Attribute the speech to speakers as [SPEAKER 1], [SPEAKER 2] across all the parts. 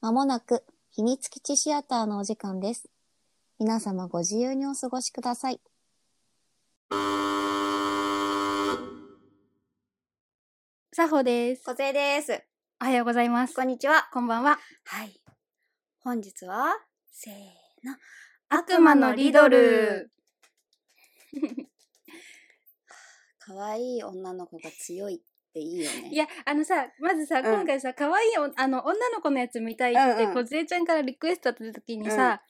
[SPEAKER 1] まもなく秘密基地シアターのお時間です。皆様ご自由にお過ごしください。
[SPEAKER 2] さほです。
[SPEAKER 3] 小杖です。
[SPEAKER 2] おはようございます。
[SPEAKER 3] こんにちは。
[SPEAKER 2] こんばんは。
[SPEAKER 3] はい。本日は、せーの。
[SPEAKER 2] 悪魔のリドル。
[SPEAKER 3] 可愛い女の子が強いっていいよね。
[SPEAKER 2] いや、あのさ、まずさ、
[SPEAKER 3] ん
[SPEAKER 2] 今回さ、可愛いおあの女の子のやつ見たいって、
[SPEAKER 3] うんうん
[SPEAKER 2] こずえちゃんからリクエストあった時にさ、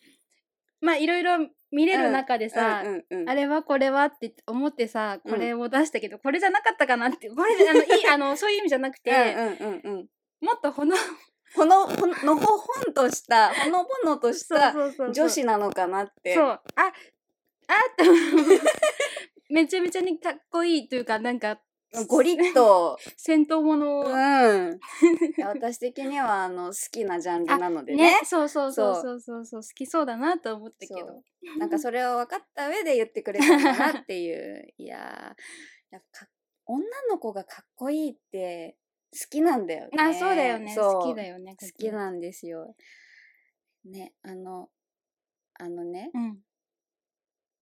[SPEAKER 2] まあいろいろ見れる中でさ、
[SPEAKER 3] うんうんうん
[SPEAKER 2] あれはこれはって思ってさ、これを出したけど、これじゃなかったかなって、これじゃ、あ の、いい、あの、そういう意味じゃなくて、
[SPEAKER 3] うんうんうんうん、
[SPEAKER 2] もっとほの、
[SPEAKER 3] ほの、ほののほほんとした、ほのぼのとした
[SPEAKER 2] そうそうそう
[SPEAKER 3] 女子なのかなって。
[SPEAKER 2] そう。あ、あって、 めちゃめちゃにかっこいいというか、なんか、
[SPEAKER 3] ゴリッ と。
[SPEAKER 2] 戦闘もの
[SPEAKER 3] う
[SPEAKER 2] を、
[SPEAKER 3] ん。いや私的には、あの、好きなジャンルなのでね
[SPEAKER 2] ね。そうそうそう
[SPEAKER 3] そう
[SPEAKER 2] そうそうそう好きそうだなと思ったけ
[SPEAKER 3] そ
[SPEAKER 2] ど
[SPEAKER 3] うなんかそれを分かった上で言ってくれたんだなっていう。 いやーやっぱか女の子がかっこいいって好きなんだよね。
[SPEAKER 2] あそうだよね
[SPEAKER 3] そう
[SPEAKER 2] 好きだよね
[SPEAKER 3] 好きなんですよ。ね、あの、あのね、
[SPEAKER 2] うん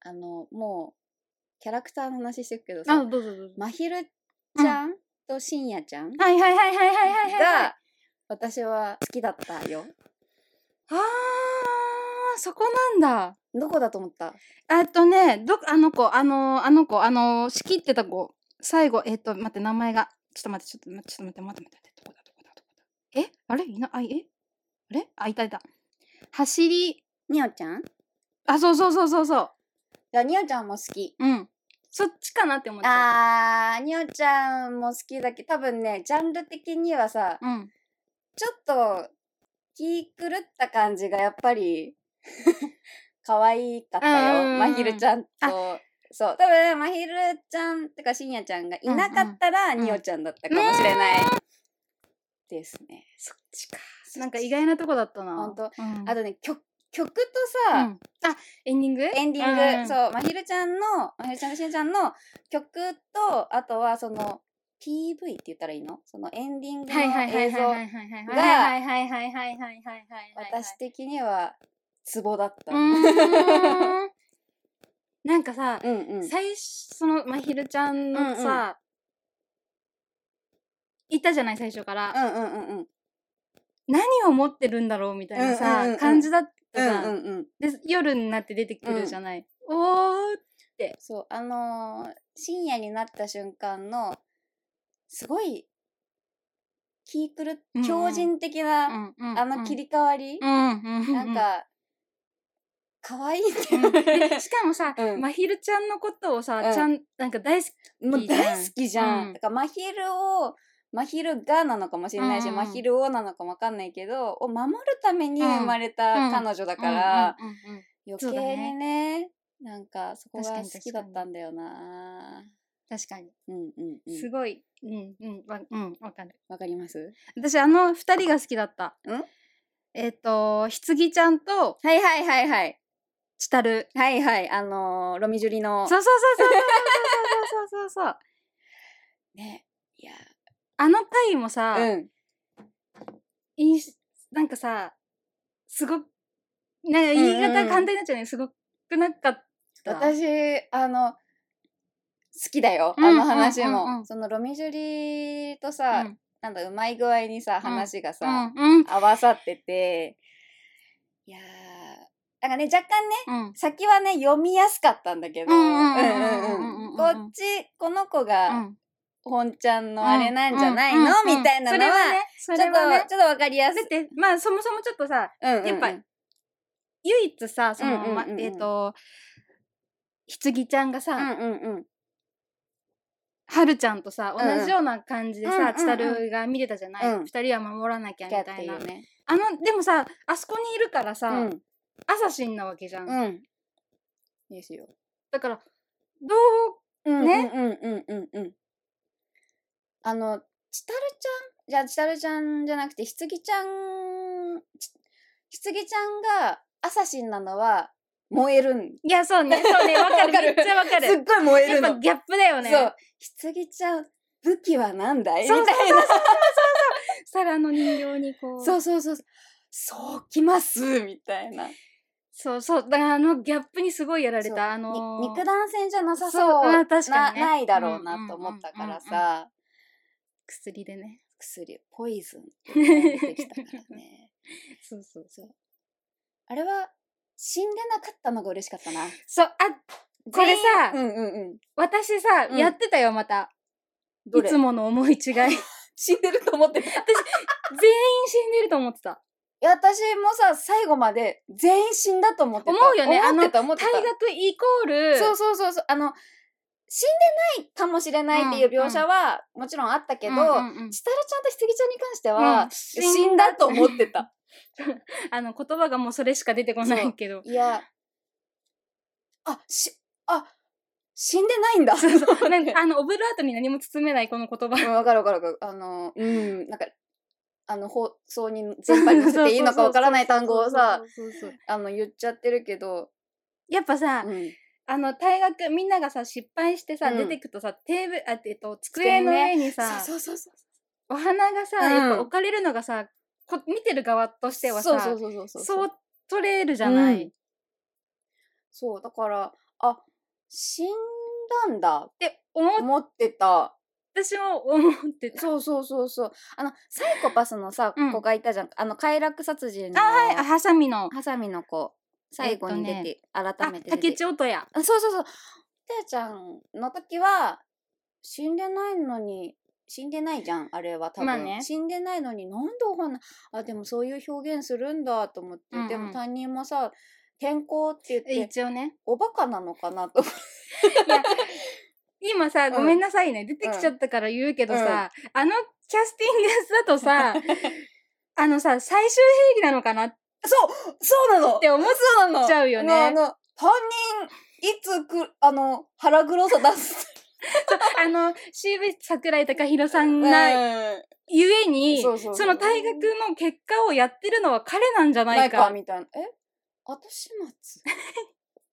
[SPEAKER 3] あの、もう、キャラクターの話してくけど
[SPEAKER 2] あ
[SPEAKER 3] さ、
[SPEAKER 2] どうぞどうぞ
[SPEAKER 3] まひるちゃんとしんやちゃんが、
[SPEAKER 2] はいはいはいはいはいはいはいあ
[SPEAKER 3] 私は好きだったよ。
[SPEAKER 2] ーそこなんだ
[SPEAKER 3] どこだと思った
[SPEAKER 2] あとねどあの子あのあの子あの仕切ってた子最後えっ、と待って名前がちょっと待ってちょっと待ってちょっと待って待って待ってどこだどこだどこだえあれいなあいえあれあいたいた走り
[SPEAKER 3] におちゃんい
[SPEAKER 2] あそうそうそうそうそ
[SPEAKER 3] や、におちゃんも好き。
[SPEAKER 2] ううんそっちかなって思っちゃっ
[SPEAKER 3] あー、におちゃんも好きだけど、多分ね、ジャンル的にはさ
[SPEAKER 2] た、うん
[SPEAKER 3] ちょっと気狂った感じがやっぱり 可愛かった
[SPEAKER 2] うんうんう
[SPEAKER 3] よ。
[SPEAKER 2] ん
[SPEAKER 3] まひるちゃんと。そう。多分、まひるちゃんとかしんやちゃんがいなかったら、
[SPEAKER 2] んうん
[SPEAKER 3] におちゃんだったかもしれない。ですね。そっちか。
[SPEAKER 2] なんか意外なとこだったな
[SPEAKER 3] ほんと
[SPEAKER 2] うん
[SPEAKER 3] あとね、曲、曲と
[SPEAKER 2] う
[SPEAKER 3] さ、
[SPEAKER 2] んあエンディング
[SPEAKER 3] エンディング、
[SPEAKER 2] うんうん
[SPEAKER 3] そう、まひるちゃんの、まひるちゃんとしんちゃんの曲と、あとはその、PV って言ったらいいのそのエンディングの
[SPEAKER 2] はいはいはい
[SPEAKER 3] 映像
[SPEAKER 2] はいはい、はいはい
[SPEAKER 3] が
[SPEAKER 2] はいはいはいはいはいはいはいはい
[SPEAKER 3] 私的には、ツボだった。
[SPEAKER 2] うーんなんかさ
[SPEAKER 3] うんうん。
[SPEAKER 2] 最初そのまひるちゃんの
[SPEAKER 3] うんう
[SPEAKER 2] さいたじゃない最初から
[SPEAKER 3] うんうんうんうん。
[SPEAKER 2] 何を持ってるんだろうみたいな
[SPEAKER 3] うんうんうんう
[SPEAKER 2] さ
[SPEAKER 3] ん
[SPEAKER 2] 感じだったじゃ
[SPEAKER 3] うんう
[SPEAKER 2] ん
[SPEAKER 3] んうん。
[SPEAKER 2] で夜になって出てくるじゃないおー
[SPEAKER 3] そう、あのー深夜になった瞬間の、すごい、キークル
[SPEAKER 2] うんう、ん
[SPEAKER 3] 強靭的
[SPEAKER 2] う
[SPEAKER 3] な、
[SPEAKER 2] んうんうん
[SPEAKER 3] あの切り替わり、
[SPEAKER 2] うんうんう
[SPEAKER 3] なんか、可愛いね。
[SPEAKER 2] うんで しかもさ
[SPEAKER 3] うん
[SPEAKER 2] まひるちゃんのことをさ
[SPEAKER 3] うん
[SPEAKER 2] ちゃんなんか大好き
[SPEAKER 3] もう
[SPEAKER 2] いいじゃん
[SPEAKER 3] 大好きじゃん。
[SPEAKER 2] うん
[SPEAKER 3] だから、まひるを、まひるがなのかもしれないし、
[SPEAKER 2] うんうん
[SPEAKER 3] まひるをなのかもわかんないけど、を守るために生まれ
[SPEAKER 2] う
[SPEAKER 3] た
[SPEAKER 2] ん
[SPEAKER 3] 彼女だから、
[SPEAKER 2] うんうんうんうん
[SPEAKER 3] 余
[SPEAKER 2] そうだ
[SPEAKER 3] 計
[SPEAKER 2] ね
[SPEAKER 3] にね、なんか、そこ
[SPEAKER 2] 確
[SPEAKER 3] が
[SPEAKER 2] かに
[SPEAKER 3] 好きだったんだよな。
[SPEAKER 2] 確かに
[SPEAKER 3] うんうんう
[SPEAKER 2] す
[SPEAKER 3] ん。
[SPEAKER 2] ごい。うん、うん、わ、うん、わかる。
[SPEAKER 3] わかります
[SPEAKER 2] 私、あの二人が好きだった。
[SPEAKER 3] ん
[SPEAKER 2] えっ、と、ひつぎちゃんと、
[SPEAKER 3] はいはいはいはい。
[SPEAKER 2] ちたる。
[SPEAKER 3] はいはい。あのーロミジュリの。
[SPEAKER 2] そうそうそうそうそうそうそうそうそうそう。
[SPEAKER 3] ね。いや。
[SPEAKER 2] あの回もさ、
[SPEAKER 3] うん。
[SPEAKER 2] いいしなんかさ、すごく、なんか言い方
[SPEAKER 3] うんうんうん
[SPEAKER 2] 簡単になっちゃうね。すごくなかった。
[SPEAKER 3] 私、あの、好きだよ。あ
[SPEAKER 2] うん
[SPEAKER 3] の話
[SPEAKER 2] うんうんう
[SPEAKER 3] も。
[SPEAKER 2] ん
[SPEAKER 3] そのロミジュリと
[SPEAKER 2] う
[SPEAKER 3] さ、
[SPEAKER 2] ん、
[SPEAKER 3] なんだ、うまい具合にさ、
[SPEAKER 2] うん
[SPEAKER 3] 話が
[SPEAKER 2] う
[SPEAKER 3] さ、
[SPEAKER 2] ん、うん、
[SPEAKER 3] 合わさってて、いやー。なんかね、若干ね、
[SPEAKER 2] うん。
[SPEAKER 3] 先はね、読みやすかったんだけど、
[SPEAKER 2] う
[SPEAKER 3] うんん
[SPEAKER 2] うんう
[SPEAKER 3] うん
[SPEAKER 2] うん
[SPEAKER 3] ん
[SPEAKER 2] うんうんうん
[SPEAKER 3] うんこっち、この子が、本ちゃんのあれなんじゃないの
[SPEAKER 2] うんうんうん
[SPEAKER 3] みたいなのは、
[SPEAKER 2] それ
[SPEAKER 3] ちょっと、
[SPEAKER 2] はね、
[SPEAKER 3] ちょっとわかりやす
[SPEAKER 2] そ
[SPEAKER 3] い。
[SPEAKER 2] れはね。だって、まあ、そもそもちょっとさ、
[SPEAKER 3] うんうんうん
[SPEAKER 2] やっぱ唯一さその、
[SPEAKER 3] うんうんうんうん
[SPEAKER 2] まえっ、とひつぎちゃんがさ、
[SPEAKER 3] うんうんうん。
[SPEAKER 2] はるちゃんとさ
[SPEAKER 3] んうん
[SPEAKER 2] 同じような感じで
[SPEAKER 3] うんうんう
[SPEAKER 2] さ、
[SPEAKER 3] ん
[SPEAKER 2] ちたるが見てたじゃない、
[SPEAKER 3] うん
[SPEAKER 2] 二人は守らなきゃみ
[SPEAKER 3] キャったて
[SPEAKER 2] い
[SPEAKER 3] い
[SPEAKER 2] な
[SPEAKER 3] うね。
[SPEAKER 2] あのでもさあそこにいるからさ、
[SPEAKER 3] うん。
[SPEAKER 2] アサシンなわけじゃん、
[SPEAKER 3] うん。ですよ。
[SPEAKER 2] だからど
[SPEAKER 3] うん
[SPEAKER 2] ね
[SPEAKER 3] うんうんうんうんうん。あの、ちたるちゃんじゃあ、ちたるちゃんじゃなくて、ひつぎちゃん、ちひつぎちゃんがアサシンなのは燃えるん。
[SPEAKER 2] ういや そうねそうねわかる
[SPEAKER 3] わかる
[SPEAKER 2] めっちゃわかる
[SPEAKER 3] すっごい燃え
[SPEAKER 2] や
[SPEAKER 3] る
[SPEAKER 2] っぱ
[SPEAKER 3] の。
[SPEAKER 2] ギャップだよね
[SPEAKER 3] そう。ひつぎちゃん、武器は何だいみ
[SPEAKER 2] そうそう
[SPEAKER 3] たいな。
[SPEAKER 2] 皿の人形にこう
[SPEAKER 3] そうそうそうそう。そうきますみたいな。
[SPEAKER 2] そうそう。だからあのギャップにすごいやられ
[SPEAKER 3] そう
[SPEAKER 2] た。あの
[SPEAKER 3] に
[SPEAKER 2] ー
[SPEAKER 3] 肉弾戦じゃなさそう
[SPEAKER 2] そうあー確か
[SPEAKER 3] な
[SPEAKER 2] にね
[SPEAKER 3] ないだろうなと思ったから
[SPEAKER 2] うんうん
[SPEAKER 3] さ、
[SPEAKER 2] 薬でね。
[SPEAKER 3] 薬ポイ ズンっていうのが出てきたから ね
[SPEAKER 2] そうそうそう。
[SPEAKER 3] あれは死んでなかったのが嬉しかったな
[SPEAKER 2] そう、あ、これさ
[SPEAKER 3] 全員うんうんうん
[SPEAKER 2] 私さ、
[SPEAKER 3] うん
[SPEAKER 2] やってたよ、また。いつもの思 い違い。全員
[SPEAKER 3] 死んでると思ってたい
[SPEAKER 2] 死んでると思ってた。
[SPEAKER 3] や私もさ最後まで全員死んだと思ってた
[SPEAKER 2] 思うよね
[SPEAKER 3] 思ってた思って
[SPEAKER 2] 退
[SPEAKER 3] た
[SPEAKER 2] 学イコール、
[SPEAKER 3] そうそうそうそうあの死んでないかもしれないっていう描写はもちろんあったけど、
[SPEAKER 2] うんうんうん
[SPEAKER 3] ちたるちゃんとひつぎちゃんに関して
[SPEAKER 2] う
[SPEAKER 3] は
[SPEAKER 2] ん、
[SPEAKER 3] 死んだと思ってた
[SPEAKER 2] あの、言葉がもうそれしか出てこないけど。
[SPEAKER 3] いや、あ、し、あ、死んで ないんだ。
[SPEAKER 2] そうそう。なん
[SPEAKER 3] ね
[SPEAKER 2] かあの、オブラートに何も包めないこの言葉。
[SPEAKER 3] うんわかるわかるわかる。あの、うん、なんか、あの、放送に全 般に載せていいのかわからない単語をさ、
[SPEAKER 2] そうそうそうそう。
[SPEAKER 3] あの、言っちゃってるけど、
[SPEAKER 2] やっぱさ、
[SPEAKER 3] うん、
[SPEAKER 2] あの、退学、みんながさ、失敗してさ、
[SPEAKER 3] うん
[SPEAKER 2] 出てくとさ、テーブル、あえっと、
[SPEAKER 3] 机
[SPEAKER 2] 机
[SPEAKER 3] に
[SPEAKER 2] の
[SPEAKER 3] ね
[SPEAKER 2] 上にさ、
[SPEAKER 3] そうそうそうそう。
[SPEAKER 2] お花がさ、
[SPEAKER 3] うん
[SPEAKER 2] やっぱ置かれるのがさ、こ見てる側としてはさ、
[SPEAKER 3] そうそうそうそうそう。
[SPEAKER 2] そう取れるじゃない。
[SPEAKER 3] うんそうだから、あ、死んだんだっ
[SPEAKER 2] って思っ
[SPEAKER 3] 思ってた。
[SPEAKER 2] 私も思ってた。
[SPEAKER 3] そうそうそうそう。あの、サイコパスのさ、
[SPEAKER 2] うん
[SPEAKER 3] 子がいたじゃん。あの、快楽殺人の。
[SPEAKER 2] はい、あハサミの。
[SPEAKER 3] ハサミの子最後に出て、
[SPEAKER 2] え
[SPEAKER 3] 改
[SPEAKER 2] あ
[SPEAKER 3] め、て出て
[SPEAKER 2] 竹千代とや。
[SPEAKER 3] あそうそうそうてやちゃんの時は死んでないのに死んでないじゃんあれは多分、
[SPEAKER 2] まあね
[SPEAKER 3] 死んでないのになんでお花あでもそういう表現するんだと思って、
[SPEAKER 2] うんうん
[SPEAKER 3] でも担任もさ転校って言って
[SPEAKER 2] 一応ね。
[SPEAKER 3] おバカなのかなと思って
[SPEAKER 2] いや、今さ、
[SPEAKER 3] ん
[SPEAKER 2] ごめんなさいね。出てきちゃったから言うけどさ、あのキャスティングだ とさ、あのさ、最終兵器なのかなっ
[SPEAKER 3] そうそうな の
[SPEAKER 2] て思っ
[SPEAKER 3] そうなの
[SPEAKER 2] ちゃうよね
[SPEAKER 3] あの担任いつくあの腹黒さ出す
[SPEAKER 2] あの、CV 桜井貴弘さんが、
[SPEAKER 3] な
[SPEAKER 2] ゆえに、
[SPEAKER 3] そ
[SPEAKER 2] そう
[SPEAKER 3] そうそう
[SPEAKER 2] の退学の結果をやってるのは彼なんじゃな
[SPEAKER 3] ないいか
[SPEAKER 2] か。
[SPEAKER 3] みたいな。え後始 末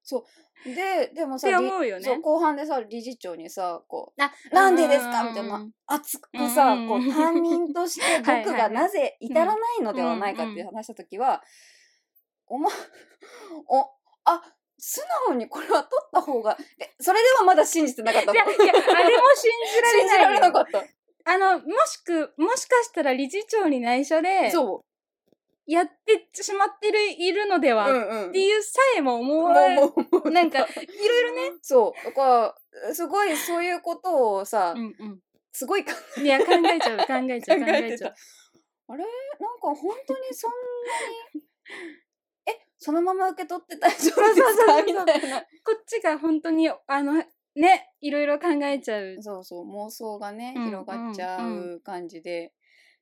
[SPEAKER 3] そう。で、でもさ、
[SPEAKER 2] って思うよね
[SPEAKER 3] りそう後半でさ、理事長にさ、こう、
[SPEAKER 2] あ
[SPEAKER 3] なんでですか
[SPEAKER 2] うん
[SPEAKER 3] みたいな。熱くさ、
[SPEAKER 2] うん
[SPEAKER 3] こう、担任として
[SPEAKER 2] はいはいはい
[SPEAKER 3] 僕がなぜ至らないのではないかっていう
[SPEAKER 2] う
[SPEAKER 3] 話した時は、おま、お、あ、素直にこれは取った方が、でそれではまだ信じてなかった
[SPEAKER 2] いや、いや、あれも信じら
[SPEAKER 3] 信
[SPEAKER 2] れ ない。
[SPEAKER 3] じられなかった。
[SPEAKER 2] あの、もしく、もしかしたら理事長に内緒で、
[SPEAKER 3] そう。
[SPEAKER 2] やってしまってる、いるので
[SPEAKER 3] う
[SPEAKER 2] は、っ
[SPEAKER 3] んうん
[SPEAKER 2] て。いうさえも思
[SPEAKER 3] も
[SPEAKER 2] わ
[SPEAKER 3] うもうもう
[SPEAKER 2] なんか、いろいろね。
[SPEAKER 3] そう。だから、すごいそういうことをさ、
[SPEAKER 2] うん
[SPEAKER 3] すごい考
[SPEAKER 2] うん。いや、考えちゃう、考 えちゃう、考えちゃう。
[SPEAKER 3] あれなんか本当に そんなにえそのまま受け取って大丈夫ですかみたいな
[SPEAKER 2] こっちが本当に、あの、ね、いろいろ考えちゃう。
[SPEAKER 3] そうそう妄想がね
[SPEAKER 2] うん
[SPEAKER 3] 広がっちゃ
[SPEAKER 2] ん
[SPEAKER 3] うう感じで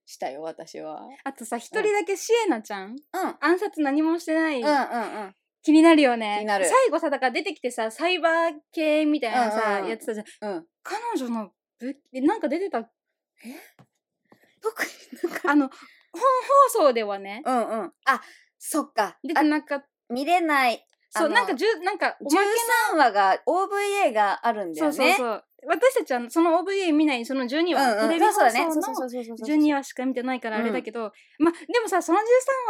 [SPEAKER 3] したよ私は
[SPEAKER 2] あとさ、一人だけシエナちゃん
[SPEAKER 3] うんうん
[SPEAKER 2] 暗殺何もしてない。
[SPEAKER 3] うんうん
[SPEAKER 2] 気になるよ
[SPEAKER 3] 気
[SPEAKER 2] ね。
[SPEAKER 3] になる
[SPEAKER 2] 最後さ、だから出てきてさ、サイバー系みたいな
[SPEAKER 3] うんう
[SPEAKER 2] さ、
[SPEAKER 3] んうん
[SPEAKER 2] やってたじゃん。
[SPEAKER 3] うん
[SPEAKER 2] 彼女の武器、えなんか出てた、
[SPEAKER 3] 特になんか
[SPEAKER 2] あの、本放送ではね、
[SPEAKER 3] うんうんあそっか
[SPEAKER 2] 出
[SPEAKER 3] あ
[SPEAKER 2] てなかった。
[SPEAKER 3] 見れない
[SPEAKER 2] そ
[SPEAKER 3] あ
[SPEAKER 2] う、
[SPEAKER 3] の
[SPEAKER 2] なんかじゅ、なんか、おまけ
[SPEAKER 3] 13話が OVA があるんだ
[SPEAKER 2] そ
[SPEAKER 3] よ
[SPEAKER 2] う
[SPEAKER 3] ね
[SPEAKER 2] そうそう。私たちはその OVA 見ない、その12
[SPEAKER 3] う
[SPEAKER 2] 話、
[SPEAKER 3] んう
[SPEAKER 2] テ
[SPEAKER 3] ん
[SPEAKER 2] レビ
[SPEAKER 3] そうそう
[SPEAKER 2] 放
[SPEAKER 3] だねそう
[SPEAKER 2] 送
[SPEAKER 3] そ
[SPEAKER 2] の
[SPEAKER 3] うそうそうそう
[SPEAKER 2] 12話しか見てないからあれだけど、まあでもさ、その13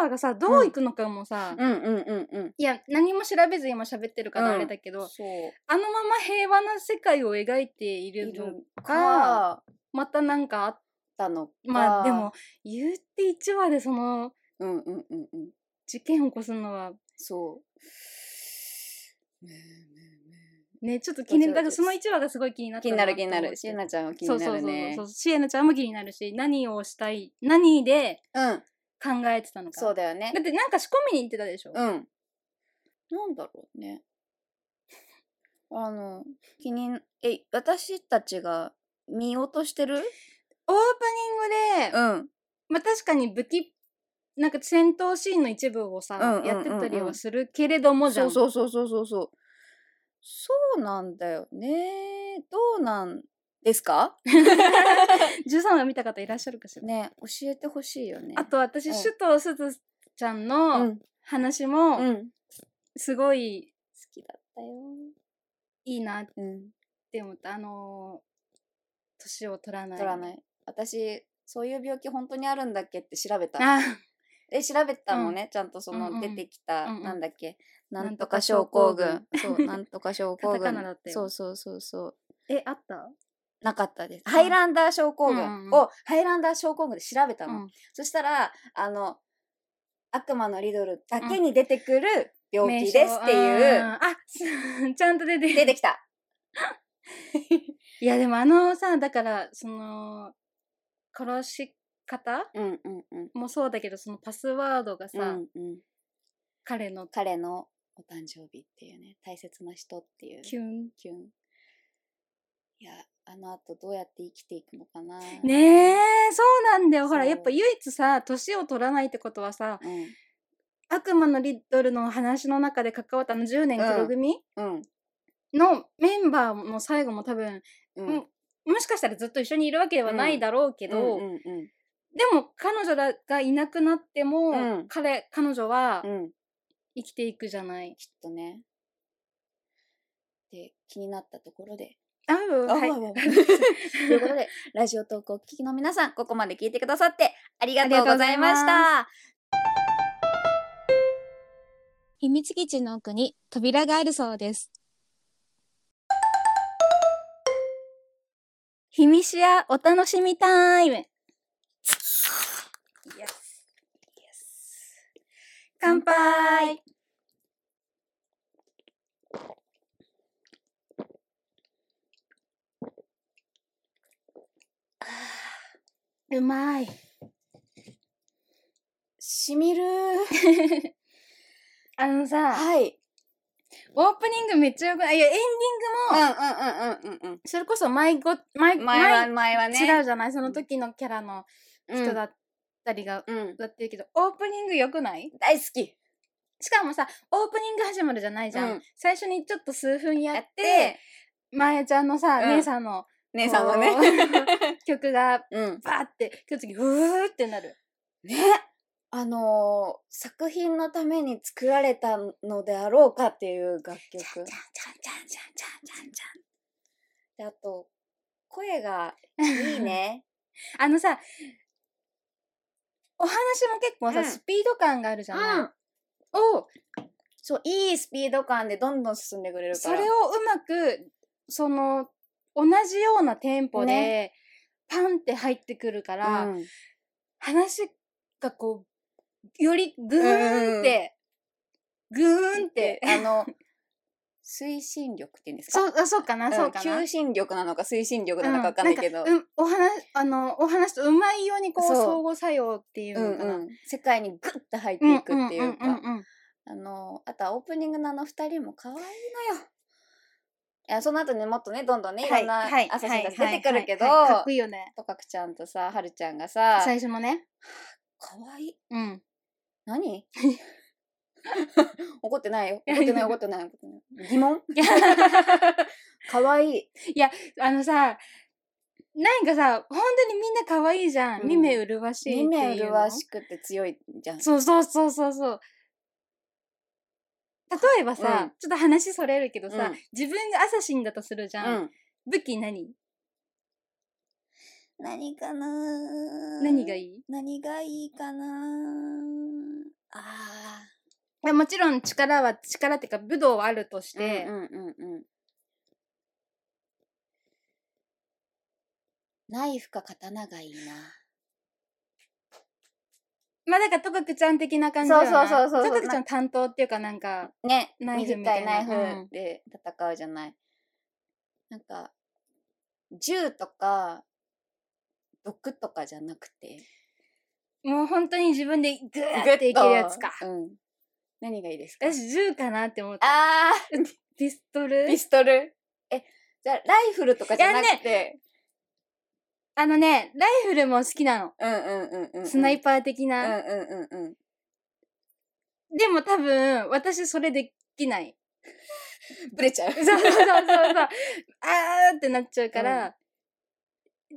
[SPEAKER 2] 話がさ、どういくのかもさ、
[SPEAKER 3] うんうんうんうん
[SPEAKER 2] いや、何も調べず今喋ってるからあれだけど、
[SPEAKER 3] そう
[SPEAKER 2] あのまま平和な世界を描いてい
[SPEAKER 3] い
[SPEAKER 2] るの、
[SPEAKER 3] るか
[SPEAKER 2] またなんかあっ
[SPEAKER 3] だのか
[SPEAKER 2] まあでも、言って1話でその
[SPEAKER 3] うんうんうんうん
[SPEAKER 2] 事件を起こすのは、
[SPEAKER 3] そう。ねえねえね
[SPEAKER 2] ね、ちょっと気に
[SPEAKER 3] そう
[SPEAKER 2] だから
[SPEAKER 3] そう
[SPEAKER 2] その1話がすごい気にな
[SPEAKER 3] え
[SPEAKER 2] った
[SPEAKER 3] 気になる
[SPEAKER 2] と
[SPEAKER 3] 気に
[SPEAKER 2] 思
[SPEAKER 3] な
[SPEAKER 2] っ
[SPEAKER 3] る。
[SPEAKER 2] て
[SPEAKER 3] シエナちゃんは気に
[SPEAKER 2] そう
[SPEAKER 3] な
[SPEAKER 2] そう
[SPEAKER 3] る
[SPEAKER 2] そう
[SPEAKER 3] ね。
[SPEAKER 2] そうう。シエナちゃんも気になるし、何をしたい、何で
[SPEAKER 3] ん、
[SPEAKER 2] 考えてたのか。
[SPEAKER 3] そうだよね
[SPEAKER 2] だ。ってなんか仕込みに行ってたでしょ、
[SPEAKER 3] うん。なんだろうね。あの、気に、え、私たちが見落としてる
[SPEAKER 2] オープニングで、
[SPEAKER 3] うん。うん
[SPEAKER 2] まあ確かに武器、なんか戦闘シーンの一部をさ、
[SPEAKER 3] うんうんうんうん
[SPEAKER 2] やってたりはするけれどもじゃ。
[SPEAKER 3] そうんそうそうそうそうそう。そうなんだよね。どうなんですか
[SPEAKER 2] 13話見た方いらっしゃるかしら。
[SPEAKER 3] ね、教えてほしいよね。
[SPEAKER 2] あと私、
[SPEAKER 3] うん
[SPEAKER 2] 首藤すずちゃん
[SPEAKER 3] う
[SPEAKER 2] の
[SPEAKER 3] ん。
[SPEAKER 2] 話も、
[SPEAKER 3] うん。好
[SPEAKER 2] すごい
[SPEAKER 3] きだったよ。
[SPEAKER 2] いいなっ
[SPEAKER 3] うん。
[SPEAKER 2] て思った。あのー、年を取らない。
[SPEAKER 3] 取らない。私、そういう病気本当にあるんだっけって調べた。
[SPEAKER 2] あ
[SPEAKER 3] で調べたのね、ちゃんとそ
[SPEAKER 2] うんうん
[SPEAKER 3] の出てきた、
[SPEAKER 2] うんうん
[SPEAKER 3] なんだっけ
[SPEAKER 2] ん
[SPEAKER 3] なんとか症候群
[SPEAKER 2] なん
[SPEAKER 3] そうなんとか症候
[SPEAKER 2] カタカ
[SPEAKER 3] 群
[SPEAKER 2] ナだったよ
[SPEAKER 3] そうそうそうそう
[SPEAKER 2] え、あった
[SPEAKER 3] なかったですハイランダー症候群を、
[SPEAKER 2] うんうん
[SPEAKER 3] ハイランダー症候群で調べた
[SPEAKER 2] う
[SPEAKER 3] の、
[SPEAKER 2] ん。
[SPEAKER 3] そしたらあの悪魔のリドルだけに出てくる病気ですってい
[SPEAKER 2] 名
[SPEAKER 3] う、
[SPEAKER 2] 称あ ーあちゃんと出て
[SPEAKER 3] 出てき た
[SPEAKER 2] いやでもあのさだからその殺し方
[SPEAKER 3] うんうんうん
[SPEAKER 2] もそうだけどそのパスワードがさ、
[SPEAKER 3] うんうん、
[SPEAKER 2] 彼の
[SPEAKER 3] 彼のお誕生日っていうね大切な人っていう
[SPEAKER 2] キュン
[SPEAKER 3] キュンいやあの後どうやって生きていくのかな
[SPEAKER 2] ねえそうなんだよほら
[SPEAKER 3] そう
[SPEAKER 2] やっぱ唯一さ年を取らないってことはさ
[SPEAKER 3] うん
[SPEAKER 2] 悪魔のリッドルの話の中で関わったあの10年
[SPEAKER 3] うん
[SPEAKER 2] 黒組
[SPEAKER 3] うん
[SPEAKER 2] のメンバーも最後も多分、
[SPEAKER 3] う
[SPEAKER 2] ももしかしたらずっと一緒にいるわけではないだろうけど、
[SPEAKER 3] うんうん
[SPEAKER 2] でも彼女らがいなくなっても、
[SPEAKER 3] うん
[SPEAKER 2] 彼彼女は
[SPEAKER 3] うん、うん、
[SPEAKER 2] 生きていくじゃない。
[SPEAKER 3] きっとねで気になったところで
[SPEAKER 2] あうん
[SPEAKER 3] あ
[SPEAKER 2] はい
[SPEAKER 3] わわ わということでラジオ投稿お聞きの皆さんここまで聞いてくださってありがとうございまし
[SPEAKER 2] あ
[SPEAKER 3] た
[SPEAKER 1] 秘密基地の奥に扉があるそうです。
[SPEAKER 2] ひみしやお楽しみタイム。乾杯うまい。
[SPEAKER 3] しみる
[SPEAKER 2] あのさ、
[SPEAKER 3] はい
[SPEAKER 2] オープニングめっちゃよくないいや、エンディン
[SPEAKER 3] う
[SPEAKER 2] グ
[SPEAKER 3] んう
[SPEAKER 2] も、
[SPEAKER 3] んうんうんうん
[SPEAKER 2] それこそ前ご、前、
[SPEAKER 3] うん前は前はね
[SPEAKER 2] 違うじゃないその時のキャラの人だったりが、
[SPEAKER 3] うん、うん、
[SPEAKER 2] だってるけど、オープニング良くない
[SPEAKER 3] 大好き
[SPEAKER 2] しかもさ、オープニング始まるじゃないじゃん。
[SPEAKER 3] うん
[SPEAKER 2] 最初にちょっと数分や
[SPEAKER 3] や
[SPEAKER 2] っ
[SPEAKER 3] ってて、
[SPEAKER 2] 前ちゃんのさ、
[SPEAKER 3] うん
[SPEAKER 2] 姉さんの
[SPEAKER 3] 姉さんのね
[SPEAKER 2] こう 曲が
[SPEAKER 3] うん
[SPEAKER 2] バーって、今日次、ふーってなる。
[SPEAKER 3] ねあのー作品のために作られたのであろうかっていう楽曲
[SPEAKER 2] ちゃんちゃんちゃんちゃんちゃんちゃんちゃ
[SPEAKER 3] で
[SPEAKER 2] ん。
[SPEAKER 3] あと声がいいね
[SPEAKER 2] あのさ、お話も結構さ、
[SPEAKER 3] うん
[SPEAKER 2] スピード感があるじゃない、
[SPEAKER 3] うん
[SPEAKER 2] を、
[SPEAKER 3] そういいスピード感でどんどん進んでくれるか
[SPEAKER 2] そ
[SPEAKER 3] ら
[SPEAKER 2] れをうまく、その、同じようなテンポで、
[SPEAKER 3] ね
[SPEAKER 2] パンって入ってくるから、
[SPEAKER 3] うん
[SPEAKER 2] 話がこう、よりグーンって、グーンって
[SPEAKER 3] で、あの推進力っていうんですか
[SPEAKER 2] そう、あそうかな、
[SPEAKER 3] ん
[SPEAKER 2] そうかな。
[SPEAKER 3] 求心力なのか推進力なのかわかんないけど、
[SPEAKER 2] うかうんお話、あの、お話とうまいようにこう、
[SPEAKER 3] そう
[SPEAKER 2] 相互作用っていう
[SPEAKER 3] うん
[SPEAKER 2] のかな。
[SPEAKER 3] うん世界にグッと入っていくっていう
[SPEAKER 2] うんん
[SPEAKER 3] か
[SPEAKER 2] んんん
[SPEAKER 3] あのあとはオープニングのあの二人も可愛いのよいやその後ねもっとねどんどんねいろんなアサシンたち出てくるけど、
[SPEAKER 2] はいはいはいはいかっこいいよね。
[SPEAKER 3] とかくちゃんとさはるちゃんがさ
[SPEAKER 2] 最初もね。
[SPEAKER 3] かわいい
[SPEAKER 2] うん。
[SPEAKER 3] 何怒ってないよ怒ってない怒ってない怒ってない疑問かわいい
[SPEAKER 2] あのさ、なんかさ、本当にみんな可愛いじゃん。
[SPEAKER 3] うん
[SPEAKER 2] 見目麗しいっていう
[SPEAKER 3] 目
[SPEAKER 2] の。
[SPEAKER 3] 麗しくて強いじゃん
[SPEAKER 2] そうそうそうそうそう。例えばさ、
[SPEAKER 3] うん
[SPEAKER 2] ちょっと話それるけどさ、
[SPEAKER 3] うん
[SPEAKER 2] 自分がアサシンだとするじゃん。
[SPEAKER 3] うん
[SPEAKER 2] 武器何
[SPEAKER 3] 何かなー
[SPEAKER 2] 何がいい
[SPEAKER 3] 何がいいかなーあ
[SPEAKER 2] いやもちろん力は、力っていうか武道はあるとし
[SPEAKER 3] ー
[SPEAKER 2] て、
[SPEAKER 3] うんうんうんうんナイフか刀がいいな
[SPEAKER 2] まあだからとかくちゃん的な感じだよな
[SPEAKER 3] そうそうそうそう
[SPEAKER 2] とかくちゃん担当っていうかなんか、
[SPEAKER 3] ね、
[SPEAKER 2] ナイフ
[SPEAKER 3] 短
[SPEAKER 2] みたい
[SPEAKER 3] い
[SPEAKER 2] な
[SPEAKER 3] ナイ
[SPEAKER 2] うん
[SPEAKER 3] フで戦うじゃない。なんか、銃とか、毒とかじゃなくて。
[SPEAKER 2] もう本当に自分でグーっていけるやつか。
[SPEAKER 3] うん。何がいいですか
[SPEAKER 2] 私銃かなって思った。
[SPEAKER 3] あ
[SPEAKER 2] ピストル
[SPEAKER 3] ー、ピストル。え、じゃあ、ライフルとかじゃなくて。
[SPEAKER 2] あのね、ライフルも好きなの。
[SPEAKER 3] うんうんうんうんうん。
[SPEAKER 2] スナイパー的
[SPEAKER 3] パ
[SPEAKER 2] な。
[SPEAKER 3] うんうんうんうん。
[SPEAKER 2] でも多分、私それできない。
[SPEAKER 3] ブレちゃう。
[SPEAKER 2] そうそうそうそう。あーってなっちゃうから、